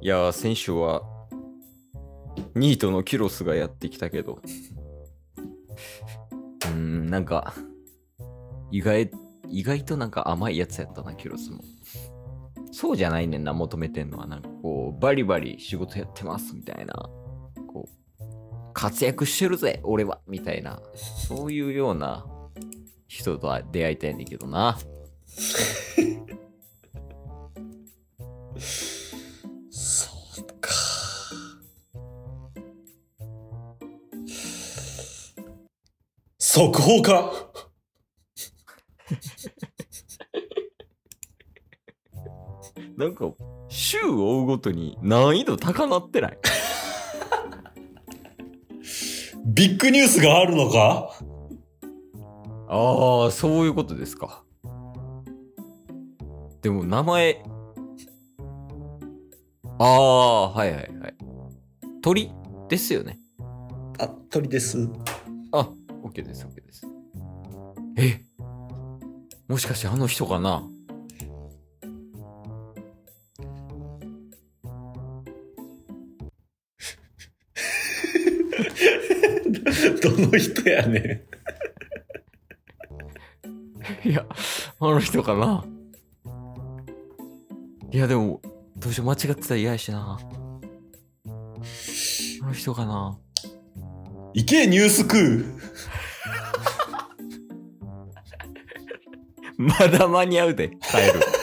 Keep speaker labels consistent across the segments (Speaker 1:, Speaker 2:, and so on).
Speaker 1: いやー、先週は、ニートのキュロスがやってきたけど、 うーん、なんか、意外、意外となんか甘いやつやったな、キュロスも。そうじゃないねんな、求めてんのは。なんかこう、バリバリ仕事やってます、みたいな。こう、活躍してるぜ、俺は、みたいな。そういうような人とは出会いたいんだけどな。
Speaker 2: そうか。速報か
Speaker 1: なんか、週を追うごとに難易度高なってない
Speaker 2: ビッグニュースがあるのか
Speaker 1: ああ、そういうことですか。でも、名前。ああ、はいはいはい。鳥ですよね。
Speaker 2: あ、鳥です。
Speaker 1: あ、OK です、OK です。えもしかしてあの人かな
Speaker 2: どの人やねん。
Speaker 1: いや、あの人かな。いや、でも、どうしよう、間違ってたら嫌やしな。あの人かな。
Speaker 2: いけ、ニュースク
Speaker 1: まだ間に合うで、帰る。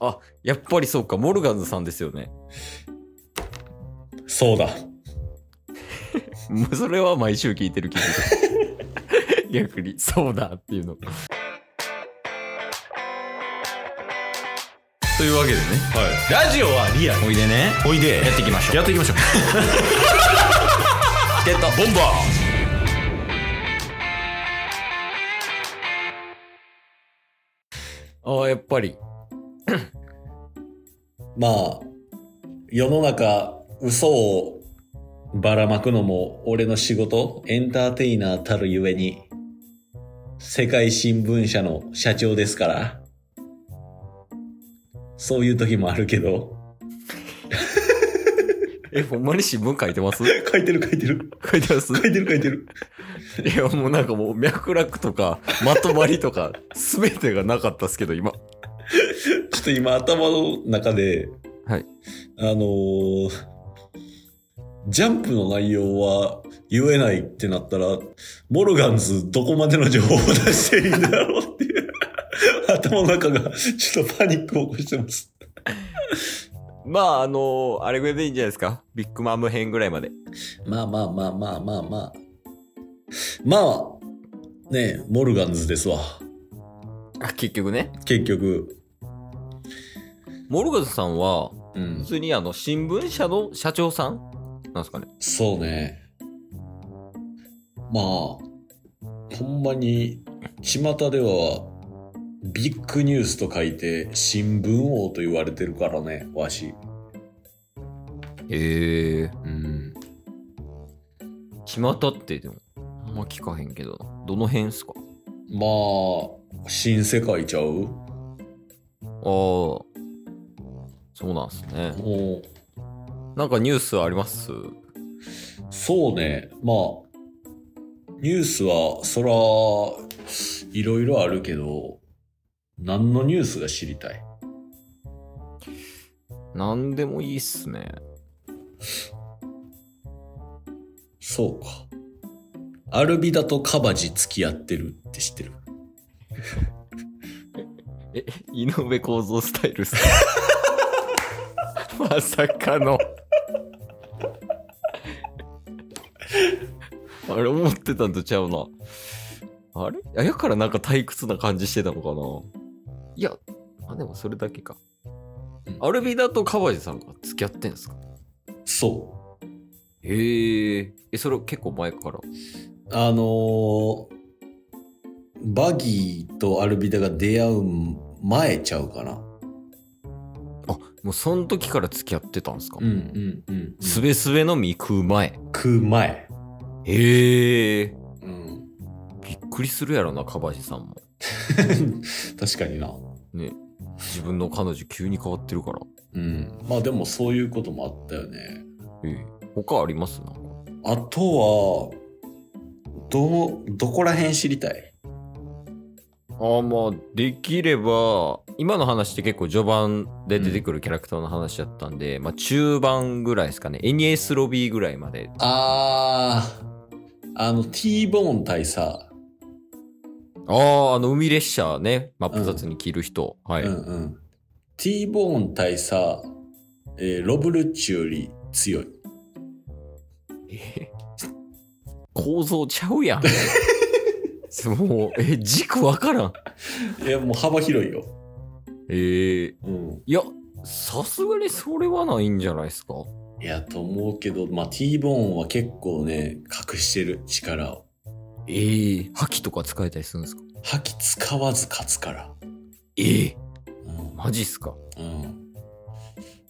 Speaker 1: あ、やっぱりそうか、モルガンズさんですよね。
Speaker 2: ー。そうだ。
Speaker 1: もうそれは毎週聞いてる気がする。 逆に、そうだっていうの。というわけでね、
Speaker 2: はい。ラジオはリアル。
Speaker 1: おいでね、
Speaker 2: おいで。
Speaker 1: やっていきましょう。
Speaker 2: っていき ましょう。
Speaker 1: ってた。
Speaker 2: ボンバ
Speaker 1: ああ、やっぱり。
Speaker 2: ーまあ、世の中、嘘をばらまくのも俺の仕事、エンターテイナーたるゆえに、世界新聞社の社長ですから、そういう時もあるけど、
Speaker 1: え、ほんまに新聞書いてます
Speaker 2: 書いてる書いて る。
Speaker 1: 書いてます
Speaker 2: 書いてる書いてる。
Speaker 1: いや、もうなんかもう脈絡とか、まとまりとか、すべてがなかったっすけど、今。
Speaker 2: ちょっと今頭の中で、
Speaker 1: はい。
Speaker 2: あのージャンプの内容は言えないってなったら、モルガンズどこまでの情報を出していいんだろうっていう、頭の中がちょっとパニックを起こしてます。
Speaker 1: まあ、あのあれぐらいでいいんじゃないですかビッグマム編ぐらいまで。
Speaker 2: まあまあまあまあまあまあ。まあ、ねえ、モルガンズですわ。
Speaker 1: あ、結局ね。
Speaker 2: 結局。
Speaker 1: モルガンさんは、
Speaker 2: うん
Speaker 1: 普。通にあの、新聞社の社長さんなんですかね。
Speaker 2: そうね。まあ、ほんまに、巷では、ビッグニュースと書いて、新聞王と言われてるからね、わし。
Speaker 1: へえ。
Speaker 2: うん。
Speaker 1: 巷って、でも、あんま聞かへんけどな。どの辺っすか
Speaker 2: まあ、新世界ちゃ
Speaker 1: あ
Speaker 2: う
Speaker 1: あ。そうなんすね。
Speaker 2: もう、
Speaker 1: なんかニュースあります
Speaker 2: そうね。まあ、ニュースは、そら、いろいろあるけど、何のニュースが知りたい
Speaker 1: なんでもいいっすね。
Speaker 2: そうか。アルビダとカバジ付き合ってるって知ってる
Speaker 1: え、井上構造スタイルっすか まさかの。 あれ思ってたんとちゃうな。あれあやからなんか退屈な感じしてたのかないや、あ、でもそれだけか
Speaker 2: うん。
Speaker 1: アルビダとカバジさんが付き合ってんすか
Speaker 2: そう。
Speaker 1: へえ。え、それ結構前から。
Speaker 2: あのーバギーとアルビダが出会う前ちゃうかな。
Speaker 1: もうその時から付き合ってたんすか、
Speaker 2: んうんうん
Speaker 1: すべすべの実食う前。
Speaker 2: 食う前。
Speaker 1: へえ。
Speaker 2: うん。
Speaker 1: びっくりするやろな、カバジさんも。
Speaker 2: 確かにな。
Speaker 1: ね。自分の彼女急に変わってるから。
Speaker 2: うん。まあでもそういうこともあったよね。
Speaker 1: ええ。他ありますなんか。
Speaker 2: あとは、どの、どこら辺知りたい
Speaker 1: ああ、まあ、できれば、今の話って結構序盤で出てくるキャラクターの話だったんで、まあ中盤ぐらいですかね。エニエスロビーぐらいまで。
Speaker 2: あー、あの、T ボーン対さ、
Speaker 1: ああ、あの海列車ね。マップ雑に着る人。はい。
Speaker 2: うんうん。T ボーン対さ、えーロブルッチより強い。
Speaker 1: え構造ちゃう やん。もう、え、軸わからん。
Speaker 2: いや、もう幅広いよ。
Speaker 1: えー、
Speaker 2: うん。
Speaker 1: いや、さすがにそれはないんじゃないですか。
Speaker 2: いや、と思うけど、まあ、T ボーンは結構ね、隠してる力を。
Speaker 1: えー、覇気とか使えたりするんですか
Speaker 2: 覇気使わず勝つから。
Speaker 1: えー、
Speaker 2: うん。
Speaker 1: マジっすか。
Speaker 2: うん。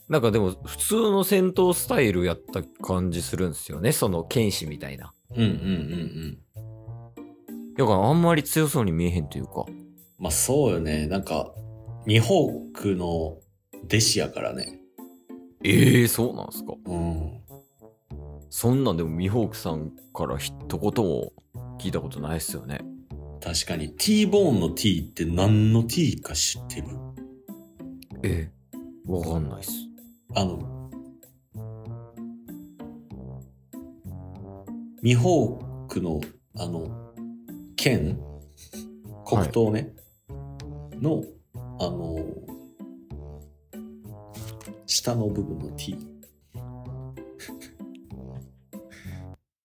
Speaker 1: なんかでも、普通の戦闘スタイルやった感じするんですよね。その、剣士みたいな。
Speaker 2: うんうんうんうん。
Speaker 1: だからあんまり強そうに見えへんというか。
Speaker 2: まあ、そうよね。なんか、ニホークの弟子やからね。
Speaker 1: ええー、そうなんすか。
Speaker 2: うん。
Speaker 1: そんなんでもミホークさんから一言も聞いたことないっすよね。
Speaker 2: 確かに、T ボーンの T って何の T か知ってる
Speaker 1: ええわかんないっす。
Speaker 2: あの、ミホークの、あの、剣黒刀ね、の、あの、下の部分の T。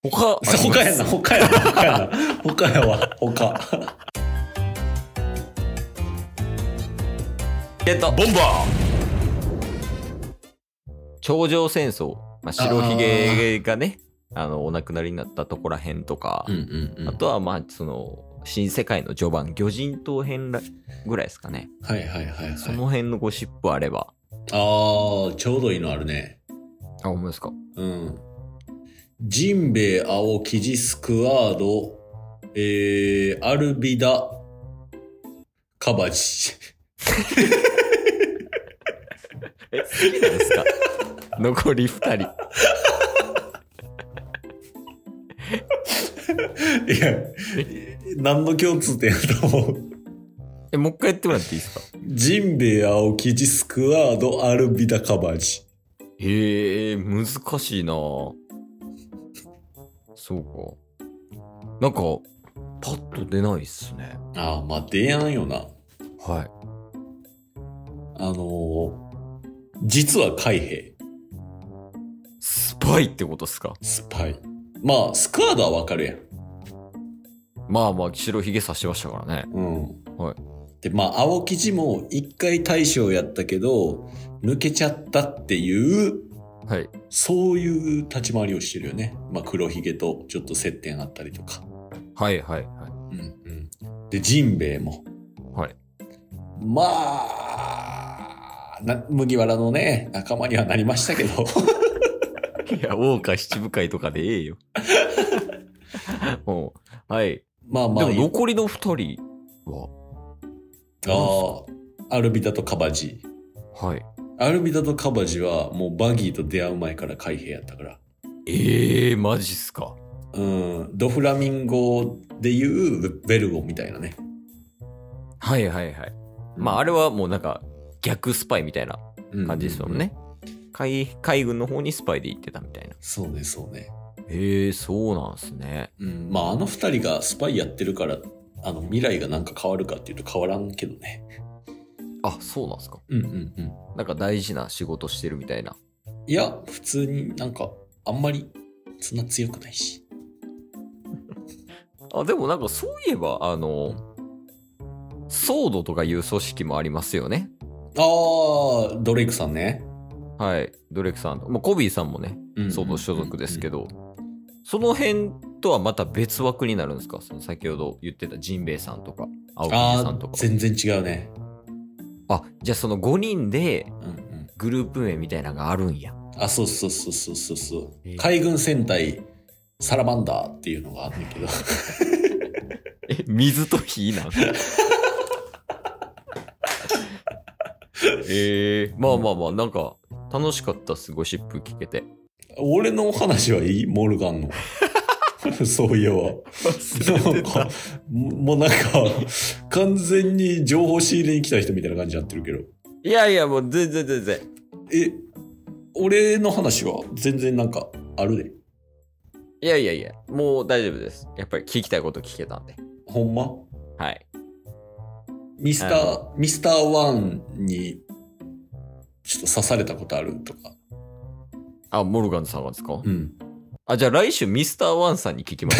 Speaker 1: 他あります、
Speaker 2: 他やな、他やな、他や な。他やわ、他。
Speaker 1: えっと、
Speaker 2: ボンバ
Speaker 1: 頂上戦争。まあ、白ひげがね、あの、お亡くなりになったとこら辺とか、
Speaker 2: ーうんうんうん。
Speaker 1: あとはまあ、その、新世界の序盤、魚人島編らぐらいですかね。
Speaker 2: はいはいはいはい。
Speaker 1: その辺のゴシップあれば。
Speaker 2: ああ、ちょうどいいのあるね。
Speaker 1: あ、思いますか。
Speaker 2: うん。ジンベエ、青、キジ、スクワード、えー、アルビダ、カバチ。
Speaker 1: え、好きなんですか 残り二人。
Speaker 2: いや、何の共通点やと思う。
Speaker 1: え、もう一回やってもらっていいですか
Speaker 2: ジンベエ、青、キジ、スクワード、アルビダ、カバチ。
Speaker 1: へえー、難しいなぁそうか。なんか、パッと出ないっすね。
Speaker 2: ああ、まあ、出やんよな。
Speaker 1: はい。
Speaker 2: あのー実は海兵、
Speaker 1: スパイってことっすか
Speaker 2: スパイ。まあ、スクワードはわかるやん。
Speaker 1: まあまあ、白ひげ刺してましたからね。
Speaker 2: うん。
Speaker 1: はい
Speaker 2: で、まあ、青生地も一回大将やったけど、抜けちゃったっていう、
Speaker 1: はい。
Speaker 2: そういう立ち回りをしてるよね。まあ、黒ひげとちょっと接点あったりとか。
Speaker 1: はいはいはい。
Speaker 2: うんうん。で、ジンベエも。
Speaker 1: はい。
Speaker 2: まあ、な麦わらのね、仲間にはなりましたけど。
Speaker 1: いや、大岡七部会とかでええ よ。もうはい。
Speaker 2: まあま
Speaker 1: で
Speaker 2: あ
Speaker 1: も、残りの二人は、
Speaker 2: ああ、アルビダとカバジ。
Speaker 1: はい。
Speaker 2: アルビダとカバジはもうバギーと出会う前から海兵やったから。
Speaker 1: ええー、マジっすか。
Speaker 2: うん、ドフラミンゴでいうベルゴみたいなね。
Speaker 1: はいはいはい。まあ、あれはもうなんか、逆スパイみたいな
Speaker 2: うん
Speaker 1: 感じですもん。ね。海海軍の方にスパイで行ってたみたいな。
Speaker 2: そうね、そうね。
Speaker 1: へえ、そうなんすね。
Speaker 2: うん、まあ、あの二人がスパイやってるから、あの、未来がなんか変わるかっていうと変わらんけどね。
Speaker 1: あ、そうなんすか。
Speaker 2: うんうんうん。
Speaker 1: なんか大事な仕事してるみたいな。
Speaker 2: いや、普通になんか、あんまり、そんな強くないし。
Speaker 1: あ、でもなんかそういえば、あの、ソードとかいう組織もありますよね。
Speaker 2: あー、ドレイクさんね。
Speaker 1: はい。ドレクさんと。まあ、コビーさんもね、
Speaker 2: うん
Speaker 1: ソード所属ですけ。ど、その辺とはまた別枠になるんですかその先ほど言ってたジンベエさんとか、青木
Speaker 2: あ
Speaker 1: さんと
Speaker 2: ー、
Speaker 1: か。
Speaker 2: 全然違うね。
Speaker 1: あ、じゃあその5人で
Speaker 2: うんうん。
Speaker 1: グループ名みたいなのがあるんや。
Speaker 2: あ、そうそうそうそうそうそ
Speaker 1: えー
Speaker 2: う。海軍戦隊、サラマンダーっていうのがあるんだけど。
Speaker 1: え、水と火なの ええまあまあまあ、なんか、楽しかったっす、ゴシップ聞け て。
Speaker 2: 俺の話はいいモルガンの。 そういえば。
Speaker 1: 忘
Speaker 2: なんか、もうなんか、完全に情報仕入れに来た人みたいな感じになってるけど。
Speaker 1: いやいや、もう全然全然。
Speaker 2: え、俺の話は全然なんかあるで。
Speaker 1: いやいやいや、もう大丈夫です。やっぱり聞きたいこと聞けたんで。
Speaker 2: ほんま
Speaker 1: はい。
Speaker 2: ミスター、ミスターワンに、ちょっと刺されたことあるとか。
Speaker 1: あ、モルガンさんがですか、
Speaker 2: うん。
Speaker 1: あ、じゃあ来週ミスターワンさんに聞きまし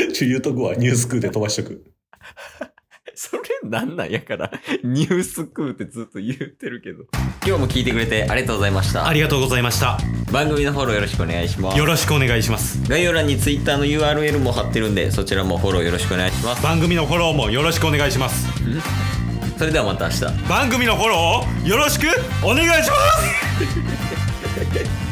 Speaker 1: ょう。
Speaker 2: ちょ、言うとくわ。ニュースクーで飛ばしとく。
Speaker 1: それなんなんやから、ニュースクーってずっと言ってるけど。今日も聞いてくれてありがとうございました。
Speaker 3: ありがとうございました。
Speaker 1: 番組のフォローよろしくお願いします
Speaker 3: よ。ろしくお願いします。
Speaker 1: 概要欄に Twitter の URL も貼ってるんで、そちらもフォローよろしくお願いします。
Speaker 3: 番組のフォローもよろしくお願いします。
Speaker 1: それではまた明日。
Speaker 3: 番組のフォローをよろしくお願いします